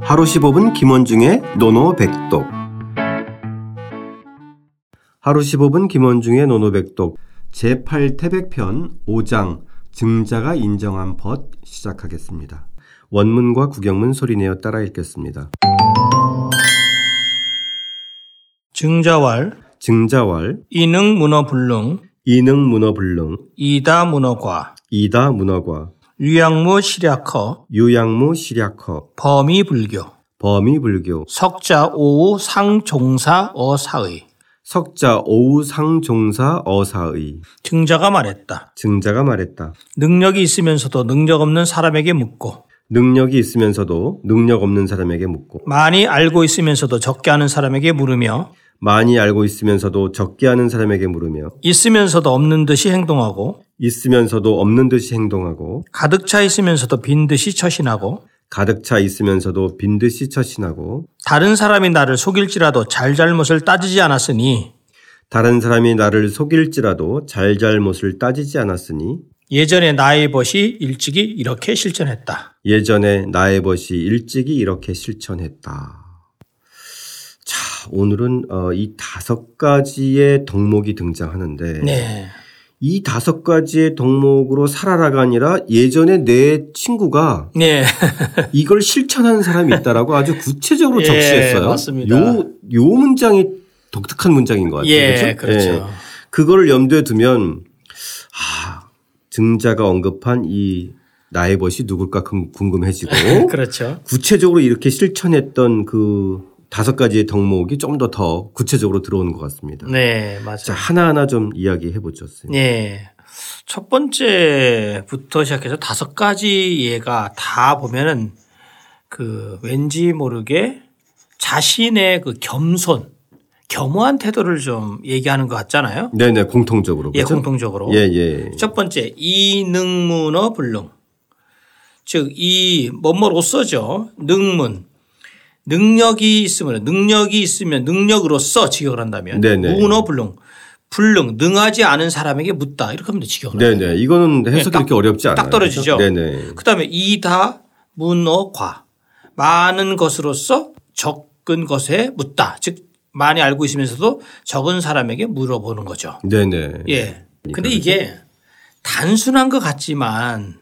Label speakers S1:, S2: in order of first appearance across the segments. S1: 하루 15분 김원중의 노노백독 하루 15분 김원중의 노노백독 제8태백편 5장 증자가 인정한 벗 시작하겠습니다. 원문과 구경문 소리내어 따라 읽겠습니다.
S2: 증자왈
S1: 증자왈
S2: 이능 문어 불능
S1: 이능 문어불능
S2: 이다 문어과
S1: 이다 문어과
S2: 유양무 실약허
S1: 유양무 시략허
S2: 범이 불교
S1: 범이 불교
S2: 석자 오우 상종사 어사의
S1: 석자 오우상종사 어사의
S2: 증자가 말했다.
S1: 증자가 말했다.
S2: 능력이 있으면서도 능력 없는 사람에게 묻고
S1: 능력이 있으면서도 능력 없는 사람에게 묻고
S2: 많이 알고 있으면서도 적게 하는 사람에게 물으며
S1: 많이 알고 있으면서도 적게 하는 사람에게 물으며
S2: 있으면서도 없는 듯이 행동하고
S1: 있으면서도 없는 듯이 행동하고
S2: 가득 차 있으면서도 빈 듯이 처신하고
S1: 가득 차 있으면서도 빈듯이 처신하고
S2: 다른 사람이 나를 속일지라도 잘잘못을 따지지 않았으니
S1: 다른 사람이 나를 속일지라도 잘잘못을 따지지 않았으니
S2: 예전에 나의 벗이 일찍이 이렇게 실천했다.
S1: 예전에 나의 벗이 일찍이 이렇게 실천했다. 자, 오늘은 어, 이 다섯 가지의 덕목이 등장하는데
S2: 네.
S1: 이 다섯 가지의 덕목으로 살아라가 아니라 예전에 내 친구가
S2: 네.
S1: 이걸 실천한 사람이 있다라고 아주 구체적으로
S2: 예,
S1: 적시했어요.
S2: 맞습니다.
S1: 요, 요 문장이 독특한 문장인 것 같아요.
S2: 예, 그렇죠.
S1: 그거를 염두에 두면, 아, 증자가 언급한 이 나의 벗이 누굴까 궁- 궁금해지고,
S2: 그렇죠.
S1: 구체적으로 이렇게 실천했던 그 다섯 가지의 덕목이 좀 더 더 구체적으로 들어오는 것 같습니다.
S2: 네, 맞아요.
S1: 자, 하나하나 좀 이야기해 보죠. 선생님.
S2: 네. 첫 번째부터 시작해서 다섯 가지 예가 다 보면은 그 왠지 모르게 자신의 그 겸손, 겸허한 태도를 좀 얘기하는 것 같잖아요.
S1: 네네, 공통적으로.
S2: 예,
S1: 그렇죠?
S2: 공통적으로.
S1: 예, 예.
S2: 첫 번째 이능문어 불능 즉이 뭐뭐로 써죠 능문 능력이 있으면 능력이 있으면 능력으로써 직역을 한다면
S1: 네네.
S2: 문어 불능 불능 능하지 않은 사람에게 묻다 이렇게 하면 돼, 직역을 하면.
S1: 네네. 이거는 해석이
S2: 예, 딱-
S1: 그렇게 어렵지 않아요.
S2: 딱 떨어지죠.
S1: 그렇죠? 네네.
S2: 그다음에 이다 문어과 많은 것으로서 적은 것에 묻다 즉 많이 알고 있으면서도 적은 사람에게 물어보는 거죠.
S1: 네네.
S2: 예. 근데 이게 단순한 것 같지만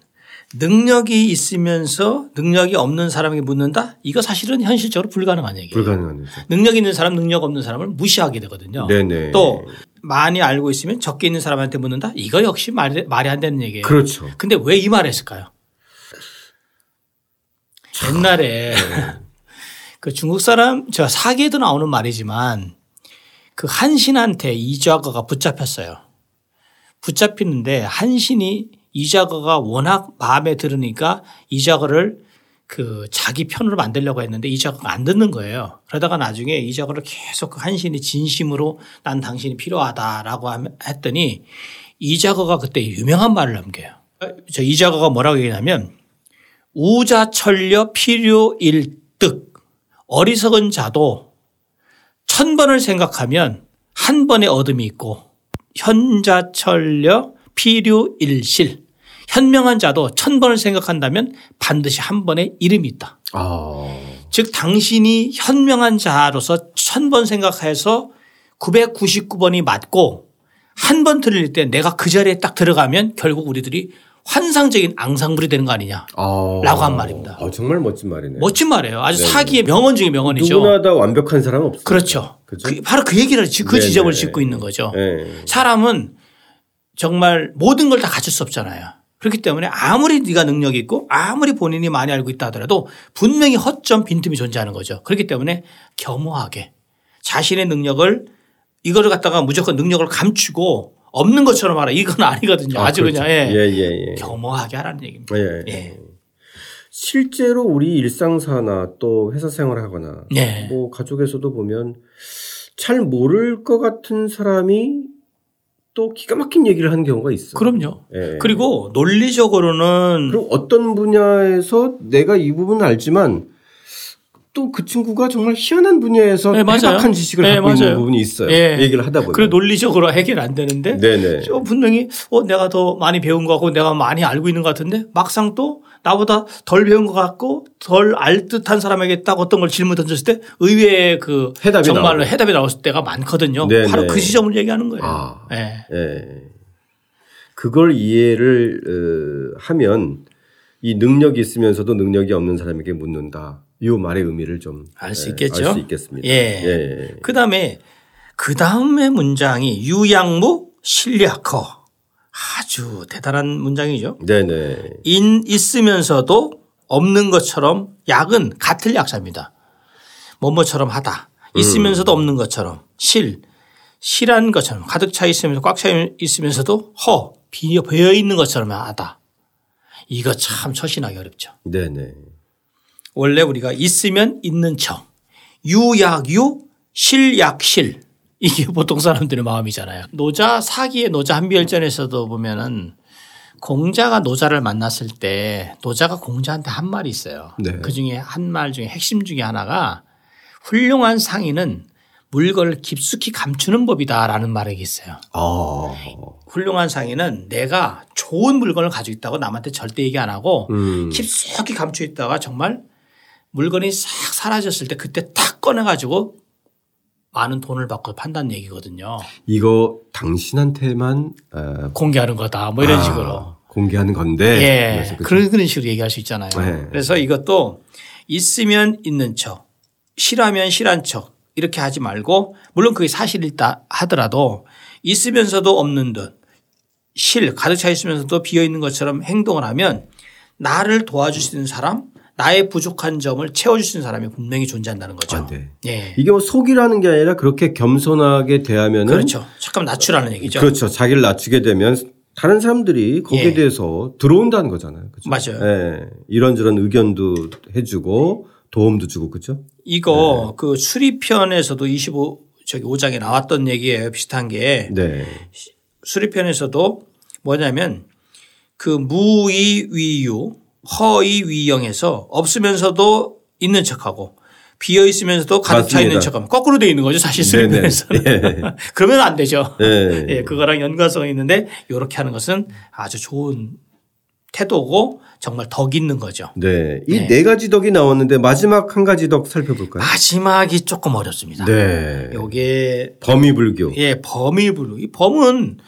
S2: 능력이 있으면서 능력이 없는 사람에게 묻는다? 이거 사실은 현실적으로 불가능한 얘기예요.
S1: 불가능한 거죠.
S2: 능력 있는 사람, 능력 없는 사람을 무시하게 되거든요.
S1: 네네.
S2: 또 많이 알고 있으면 적게 있는 사람한테 묻는다? 이거 역시 말이, 말이 안 되는 얘기예요.
S1: 그렇죠.
S2: 근데 왜 이 말을 했을까요? 옛날에
S1: 네.
S2: 그 중국 사람 저 사기에도 나오는 말이지만 그 한신한테 이자거가 붙잡혔어요. 붙잡히는데 한신이 이자거가 워낙 마음에 들으니까 이자거를 그 자기 편으로 만들려고 했는데 이자거가 안 듣는 거예요. 그러다가 나중에 이자거를 계속 그 한신이 진심으로 난 당신이 필요하다라고 하면- 했더니 이자거가 그때 유명한 말을 남겨요. 저 이자거가 뭐라고 얘기하냐면 우자철려 필요일득 어리석은 자도 천 번을 생각하면 한 번의 얻음이 있고 현자철려 필요일실 현명한 자도 천 번을 생각한다면 반드시 한 번의 이름이 있다.
S1: 아.
S2: 즉 당신이 현명한 자로서 천 번 생각해서 999번이 맞고 한 번 틀릴 때 내가 그 자리에 딱 들어가면 결국 우리들이 환상적인 앙상블이 되는 거 아니냐.
S1: 아.
S2: 라고 한 말입니다.
S1: 아, 정말 멋진 말이네.
S2: 멋진 말이에요. 아주
S1: 네.
S2: 사기의 명언 중에 명언이죠.
S1: 누구나 다 완벽한 사람은 없어요.
S2: 그렇죠.
S1: 그죠?
S2: 그- 바로 그 얘기를 지- 그
S1: 네,
S2: 지점을
S1: 네.
S2: 짚고 있는 거죠.
S1: 예.
S2: 사람은 정말 모든 걸 다 갖출 수 없잖아요. 그렇기 때문에 아무리 네가 능력이 있고 아무리 본인이 많이 알고 있다 하더라도 분명히 허점 빈틈이 존재하는 거죠. 그렇기 때문에 겸허하게 자신의 능력을 이거를 갖다가 무조건 능력을 감추고 없는 것처럼 하라. 이건 아니거든요. 아주
S1: 그렇죠.
S2: 그냥 예.
S1: 예, 예, 예.
S2: 겸허하게 하라는 얘기입니다.
S1: 예.
S2: 예.
S1: 실제로 우리 일상사나 또 회사 생활하거나
S2: 네.
S1: 뭐 가족에서도 보면 잘 모를 것 같은 사람이 또 기가 막힌 얘기를 하는 경우가 있어요.
S2: 그럼요.
S1: 예.
S2: 그리고 논리적으로는
S1: 그리고 어떤 분야에서 내가 이 부분은 알지만 또 그 친구가 정말 희한한 분야에서
S2: 네, 맞아요.
S1: 해박한 지식을
S2: 네,
S1: 갖고 있는
S2: 맞아요.
S1: 부분이 있어요.
S2: 예.
S1: 얘기를 하다 보면.
S2: 그래 논리적으로 해결 안 되는데
S1: 네네.
S2: 저 분명히 어 내가 더 많이 배운 것 같고 내가 많이 알고 있는 것 같은데 막상 또 나보다 덜 배운 것 같고 덜 알 듯한 사람에게 딱 어떤 걸 질문 던졌을 때 의외의 그
S1: 해답이
S2: 정말로
S1: 나오고.
S2: 해답이 나올 때가 많거든요.
S1: 네,
S2: 바로
S1: 네.
S2: 그 지점을 얘기하는 거예요.
S1: 아.
S2: 예.
S1: 예. 그걸 이해를 어, 하면 이 능력이 있으면서도 능력이 없는 사람에게 묻는다. 이 말의 의미를 좀
S2: 알수
S1: 예,
S2: 있겠죠?
S1: 알수 있겠습니다.
S2: 예. 그 다음에 그 다음의 문장이 유양무 신략커 아주 대단한 문장이죠.
S1: 네네.
S2: 인 있으면서도 없는 것처럼 약은 같은 약자입니다. 뭐뭐처럼 하다. 있으면서도 없는 것처럼 실 실한 것처럼 가득 차 있으면서 꽉 차 있으면서도 허 비어 비어 있는 것처럼 하다. 이거 참 처신하기 어렵죠.
S1: 네네.
S2: 원래 우리가 있으면 있는 척 유약유 실약실 이게 보통 사람들의 마음이잖아요. 노자 사기의 노자 한비열전에서도 보면은 공자가 노자를 만났을 때 노자가 공자한테 한 말이 있어요.
S1: 네.
S2: 그 중에 한 말 중에 핵심 중에 하나가 훌륭한 상인은 물건을 깊숙이 감추는 법이다라는 말이 있어요.
S1: 아.
S2: 훌륭한 상인은 내가 좋은 물건을 가지고 있다고 남한테 절대 얘기 안 하고
S1: 음.
S2: 깊숙이 감춰 있다가 정말 물건이 싹 사라졌을 때 그때 탁 꺼내 가지고 많은 돈을 받고 판다는 얘기거든요.
S1: 이거 당신한테만 어,
S2: 공개하는 거다. 뭐 이런
S1: 아,
S2: 식으로.
S1: 공개하는 건데.
S2: 예.
S1: 그래서 그-
S2: 그런, 그런 식으로 얘기할 수 있잖아요.
S1: 네.
S2: 그래서 이것도 있으면 있는 척, 실하면 실한 척 이렇게 하지 말고 물론 그게 사실이다 하더라도 있으면서도 없는 듯 실, 가득 차 있으면서도 비어 있는 것처럼 행동을 하면 나를 도와줄 수 있는 사람, 나의 부족한 점을 채워줄 수 있는 사람이 분명히 존재한다는 거죠.
S1: 아, 네.
S2: 예.
S1: 이게 뭐 속이라는 게 아니라 그렇게 겸손하게 대하면은
S2: 그렇죠. 잠깐 낮추라는
S1: 음?
S2: 얘기죠.
S1: 그렇죠. 자기를 낮추게 되면 다른 사람들이 거기에
S2: 예.
S1: 대해서 들어온다는 거잖아요. 그렇죠?
S2: 맞아요.
S1: 예. 이런저런 의견도 해주고 도움도 주고 그죠?
S2: 이거
S1: 네.
S2: 그 수리편에서도 25 저기 5장에 나왔던 얘기예요. 비슷한 게
S1: 네.
S2: 수리편에서도 뭐냐면 그 무이위유 허이위영에서 없으면서도 있는 척하고 비어 있으면서도 가득 차 있는
S1: 맞습니다.
S2: 척하면 거꾸로 돼 있는 거죠 사실 수리편에서는 그러면 안 되죠.
S1: 예.
S2: 예, 그거랑 연관성이 있는데 이렇게 하는 것은 아주 좋은 태도고 정말 덕 있는 거죠.
S1: 네. 이 네 가지 덕이 나왔는데 마지막 한 가지 덕 살펴볼까요?
S2: 마지막이 조금 어렵습니다.
S1: 네.
S2: 아, 요게
S1: 범위불교.
S2: 예, 범일부류. 이 범은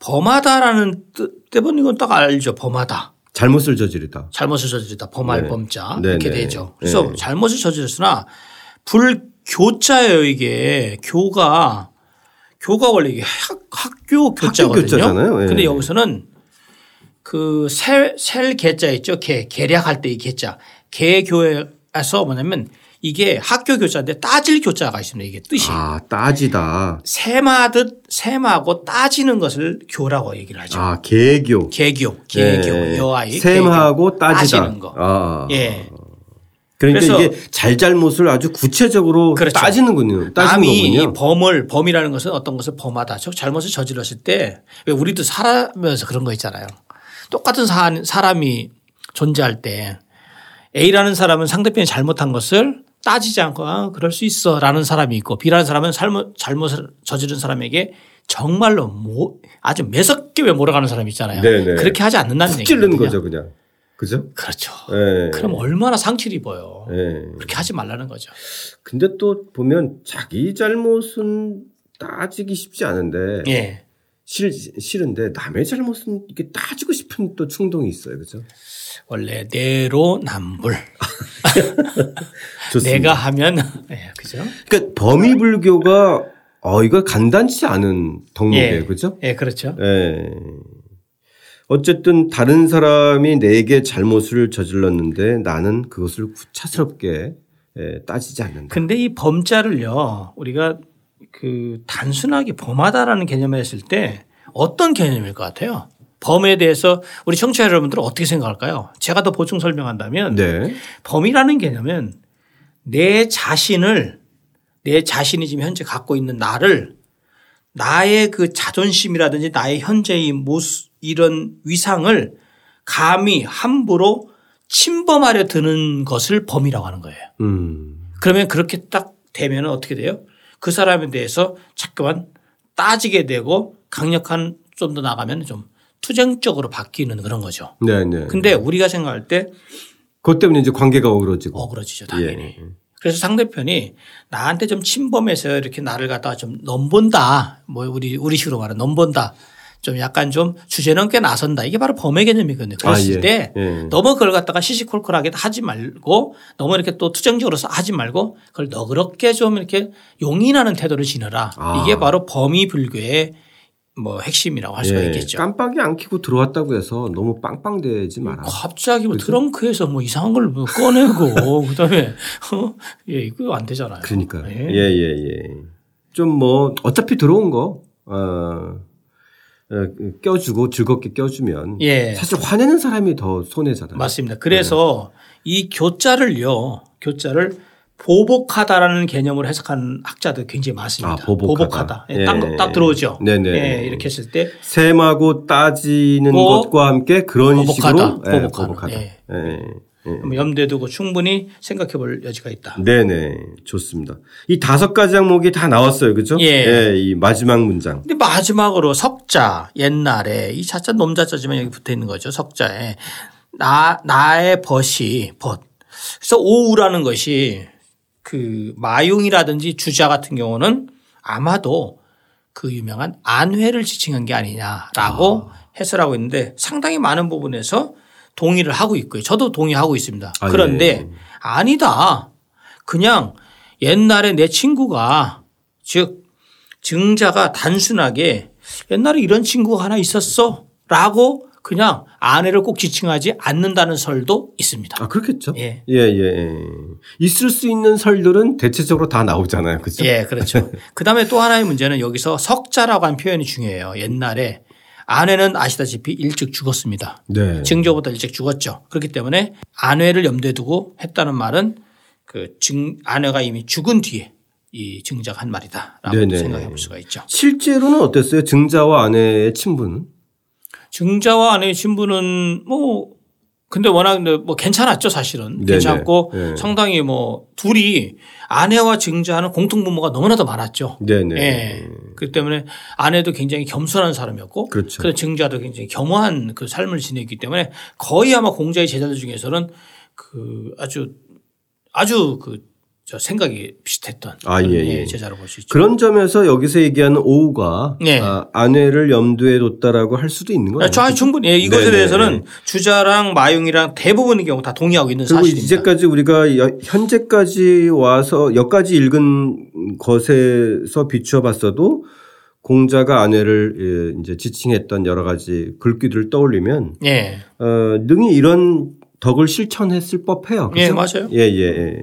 S2: 범하다라는 뜻 때문에 이건 딱 알죠. 범하다.
S1: 잘못을 저지르다.
S2: 잘못을 저지르다. 범할
S1: 네.
S2: 범자.
S1: 네,
S2: 이렇게
S1: 네.
S2: 되죠. 그래서
S1: 네.
S2: 잘못을 저질렀으나 불교자예요, 이게. 교가 교가 원래 이게 학, 학교 교자거든요.
S1: 교자잖아요. 예.
S2: 근데 여기서는 그셀셀 개자 있죠. 개 계략할 때 이 개자. 개교에서 뭐냐면 이게 학교 교자인데 따질 교자가 있습니다. 이게 뜻이.
S1: 아, 따지다.
S2: 셈하듯 셈하고 따지는 것을 교라고 얘기를 하죠.
S1: 아, 개교.
S2: 개교, 개교,
S1: 예.
S2: 여아이.
S1: 셈하고
S2: 개교.
S1: 따지다.
S2: 따지는 거.
S1: 아.
S2: 예.
S1: 그러니까
S2: 그래서-
S1: 이게 잘잘못을 아주 구체적으로
S2: 그렇죠.
S1: 따지는군요. 따지는
S2: 남이 이
S1: 거군요.
S2: 범을 범이라는 것은 어떤 것을 범하다. 즉 잘못을 저질렀을 때 왜 우리도 살아면서 그런 거 있잖아요. 똑같은 사- 사람이 존재할 때 A라는 사람은 상대편이 잘못한 것을 따지지 않고 아, 그럴 수 있어 라는 사람이 있고 B라는 사람은 잘못, 잘못을 저지른 사람에게 정말로 뭐 아주 매섭게 왜 몰아가는 사람이 있잖아요.
S1: 네네.
S2: 그렇게 하지 않는다는
S1: 찔르는
S2: 얘기거든요.
S1: 거죠, 그냥. 그죠?
S2: 그렇죠.
S1: 예.
S2: 그럼 얼마나 상처를 입어요.
S1: 예.
S2: 그렇게 하지 말라는 거죠.
S1: 근데 또 보면 자기 잘못은 따지기 쉽지 않은데
S2: 예.
S1: 싫, 싫은데 남의 잘못은 이게 따지고 싶은 또 충동이 있어요. 그죠?
S2: 원래 내로남불.
S1: 좋습니다.
S2: 내가 하면 예, 그죠?
S1: 그러니까 범위 불교가 어 이거 간단치 않은 덕목이에요.
S2: 예.
S1: 그죠?
S2: 예, 그렇죠.
S1: 예. 어쨌든 다른 사람이 내게 잘못을 저질렀는데 나는 그것을 구차스럽게 예, 따지지 않는다.
S2: 근데 이 범자를요. 우리가 그 단순하게 범하다라는 개념을 했을 때 어떤 개념일 것 같아요? 범에 대해서 우리 청취자 여러분들은 어떻게 생각할까요? 제가 더 보충 설명한다면
S1: 네.
S2: 범이라는 개념은 내 자신을 내 자신이 지금 현재 갖고 있는 나를 나의 그 자존심이라든지 나의 현재의 모습 이런 위상을 감히 함부로 침범하려 드는 것을 범이라고 하는 거예요.
S1: 음.
S2: 그러면 그렇게 딱 되면 어떻게 돼요? 그 사람에 대해서 자꾸만 따지게 되고 강력한 좀 더 나가면 좀 투쟁적으로 바뀌는 그런 거죠.
S1: 네, 네.
S2: 근데 우리가 생각할 때
S1: 그것 때문에 이제 관계가 어그러지고.
S2: 어그러지죠,
S1: 예.
S2: 당연히. 그래서 상대편이 나한테 좀 침범해서 이렇게 나를 갖다가 좀 넘본다. 뭐 우리 우리식으로 말하면 넘본다. 좀 약간 좀 주제넘게 나선다. 이게 바로 범의 개념이거든요. 그랬을
S1: 예.
S2: 때
S1: 예.
S2: 너무 그걸 갖다가 시시콜콜하게 하지 말고 너무 이렇게 또 투정적으로 하지 말고 그걸 너그럽게 좀 이렇게 용인하는 태도를 지너라.
S1: 아.
S2: 이게 바로 범위 불교의 뭐 핵심이라고 할 수가
S1: 예.
S2: 있겠죠.
S1: 깜빡이 안 켜고 들어왔다고 해서 너무 빵빵대지 마라.
S2: 갑자기 뭐 트렁크에서 뭐 이상한 걸뭐 꺼내고 그다음에 어? 예 이거 안 되잖아요.
S1: 그러니까요.
S2: 예.
S1: 예, 예, 예. 좀 뭐, 어차피 들어온 거, 어, 어, 껴주고 즐겁게 껴주면.
S2: 예.
S1: 사실 화내는 사람이 더 손해잖아요.
S2: 맞습니다. 그래서 이 교자를요, 교자를 보복하다라는 개념으로 해석하는 학자들 굉장히 많습니다.
S1: 아, 보복하다. 예.
S2: 예, 딱, 딱 들어오죠.
S1: 네네.
S2: 예, 이렇게 했을 때
S1: 셈하고 따지는
S2: 고-
S1: 것과 함께 그런
S2: 보복하다.
S1: 식으로 예,
S2: 보복하다.
S1: 보복하다.
S2: 어? 예.
S1: 예. 예.
S2: 한번 염두에 두고 충분히 생각해 볼 여지가 있다.
S1: 네네 좋습니다. 이 다섯 가지 항목이 다 나왔어요, 그죠
S2: 예.
S1: 이 마지막 문장.
S2: 근데 마지막으로 석자 옛날에 이 자자 놈자자지만 여기 붙어 있는 거죠. 석자에 나 나의 벗이 벗. 그래서 오우라는 것이 그 마융이라든지 주자 같은 경우는 아마도 그 유명한 안회를 지칭한 게 아니냐라고 해설하고 있는데 상당히 많은 부분에서 동의를 하고 있고요. 저도 동의하고 있습니다.
S1: 아, 예.
S2: 그런데 아니다. 그냥 옛날에 내 친구가 즉 증자가 단순하게 옛날에 이런 친구가 하나 있었어 라고 그냥 아내를 꼭 지칭하지 않는다는 설도 있습니다.
S1: 아 그렇겠죠.
S2: 예.
S1: 예, 예, 예. 있을 수 있는 설들은 대체적으로 다 나오잖아요, 그죠
S2: 예, 그렇죠. 그 다음에 또 하나의 문제는 여기서 석자라고 한 표현이 중요해요. 옛날에 아내는 아시다시피 일찍 죽었습니다.
S1: 네.
S2: 증조보다 일찍 죽었죠. 그렇기 때문에 안회를 염두에 두고 했다는 말은 그 증, 안회가 이미 죽은 뒤에 이 증자가 한 말이다라고
S1: 네네.
S2: 생각해 볼 수가 있죠.
S1: 실제로는 어땠어요? 증자와 아내의 친분?
S2: 증자와 아내의 신부는 뭐 근데 워낙 근데 뭐 괜찮았죠 사실은
S1: 네네.
S2: 괜찮고
S1: 네.
S2: 상당히 뭐 둘이 아내와 증자는 공통분모가 너무나도 많았죠.
S1: 네네.
S2: 예. 그렇기 때문에 아내도 굉장히 겸손한 사람이었고
S1: 그렇죠.
S2: 래서 증자도 굉장히 겸허한 그 삶을 지냈기 때문에 거의 아마 공자의 제자들 중에서는 그 아주 아주 그 저 생각이 비슷했던
S1: 아,
S2: 그런,
S1: 예, 예.
S2: 제자로 볼 수 있죠.
S1: 그런 점에서 여기서 얘기하는 오우가
S2: 네.
S1: 아, 아내를 염두에 뒀다라고 할 수도 있는 거예요.
S2: 아, 충분히 예, 이것에
S1: 네네.
S2: 대해서는 주자랑 마용이랑 대부분의 경우 다 동의하고 있는
S1: 그리고
S2: 사실입니다.
S1: 이제까지 우리가 여- 현재까지 와서 여기까지 읽은 것에서 비추어 봤어도 공자가 아내를 예, 이제 지칭했던 여러 가지 글귀들을 떠올리면
S2: 예.
S1: 어, 능히 이런 덕을 실천했을 법해요.
S2: 예,
S1: 그죠?
S2: 맞아요.
S1: 예, 예, 예.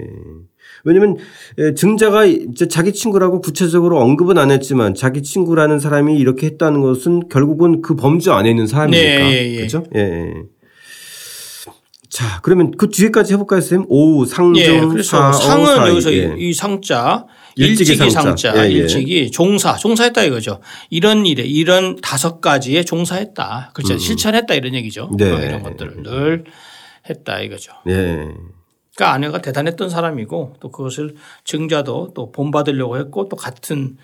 S1: 왜냐면 예, 증자가 이제 자기 친구라고 구체적으로 언급은 안 했지만 자기 친구라는 사람이 이렇게 했다는 것은 결국은 그 범주 안에 있는 사람이니까.
S2: 네, 예, 예.
S1: 그죠? 예, 예. 자, 그러면 그 뒤에까지 해볼까요, 쌤? 오우, 상중,
S2: 예,
S1: 사,
S2: 그래서 상은
S1: 어, 사,
S2: 여기서
S1: 예.
S2: 이, 이 상자
S1: 일찍이
S2: 일찍이,
S1: 상자.
S2: 상자,
S1: 예, 예.
S2: 일찍이 종사 종사했다 이거죠. 이런 일에 이런 다섯 가지에 종사했다. 그렇죠. 실천했다 이런 얘기죠.
S1: 음. 네.
S2: 어, 이런 것들을 늘 했다 이거죠.
S1: 예.
S2: 그러니까 아내가 대단했던 사람이고 또 그것을 증자도 또 본받으려고 했고 또 같은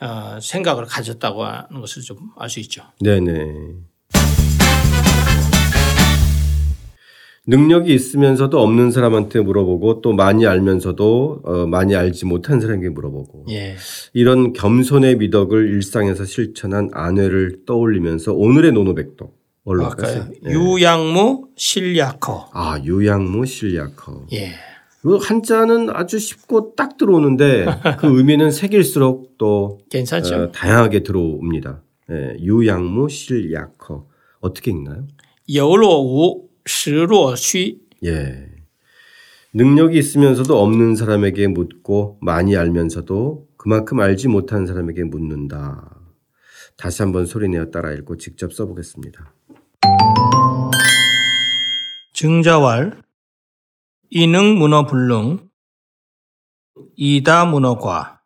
S2: 어, 생각을 가졌다고 하는 것을 좀 알 수 있죠.
S1: 네네. 능력이 있으면서도 없는 사람한테 물어보고 또 많이 알면서도 어, 많이 알지 못한 사람에게 물어보고
S2: 예.
S1: 이런 겸손의 미덕을 일상에서 실천한 아내를 떠올리면서 오늘의 노노백도 뭘로 할까요? 예.
S2: 아까요. 유양무 실약허.
S1: 아 유양무 실약허.
S2: 예.
S1: 그 한자는 아주 쉽고 딱 들어오는데 그 의미는 새길수록 또
S2: 괜찮죠?
S1: 어, 다양하게 들어옵니다. 예, 유양무 실약허 어떻게 읽나요?
S2: 有若无，实若虚。
S1: 예. 능력이 있으면서도 없는 사람에게 묻고 많이 알면서도 그만큼 알지 못한 사람에게 묻는다. 다시 한번 소리내어 따라 읽고 직접 써보겠습니다.
S2: 증자왈 이능 문어 불능 이다 문어과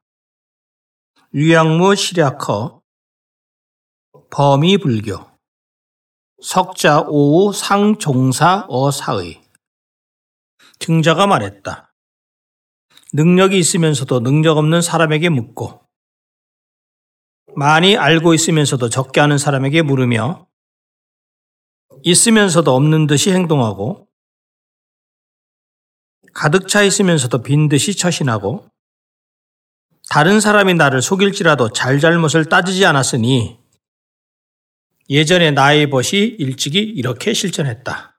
S2: 유양무 시략허 범이 불교 석자 오우 상종사 어사의 증자가 말했다. 능력이 있으면서도 능력 없는 사람에게 묻고 많이 알고 있으면서도 적게 아는 사람에게 물으며 있으면서도 없는 듯이 행동하고 가득 차 있으면서도 빈 듯이 처신하고 다른 사람이 나를 속일지라도 잘잘못을 따지지 않았으니 예전에 나의 벗이 일찍이 이렇게 실천했다.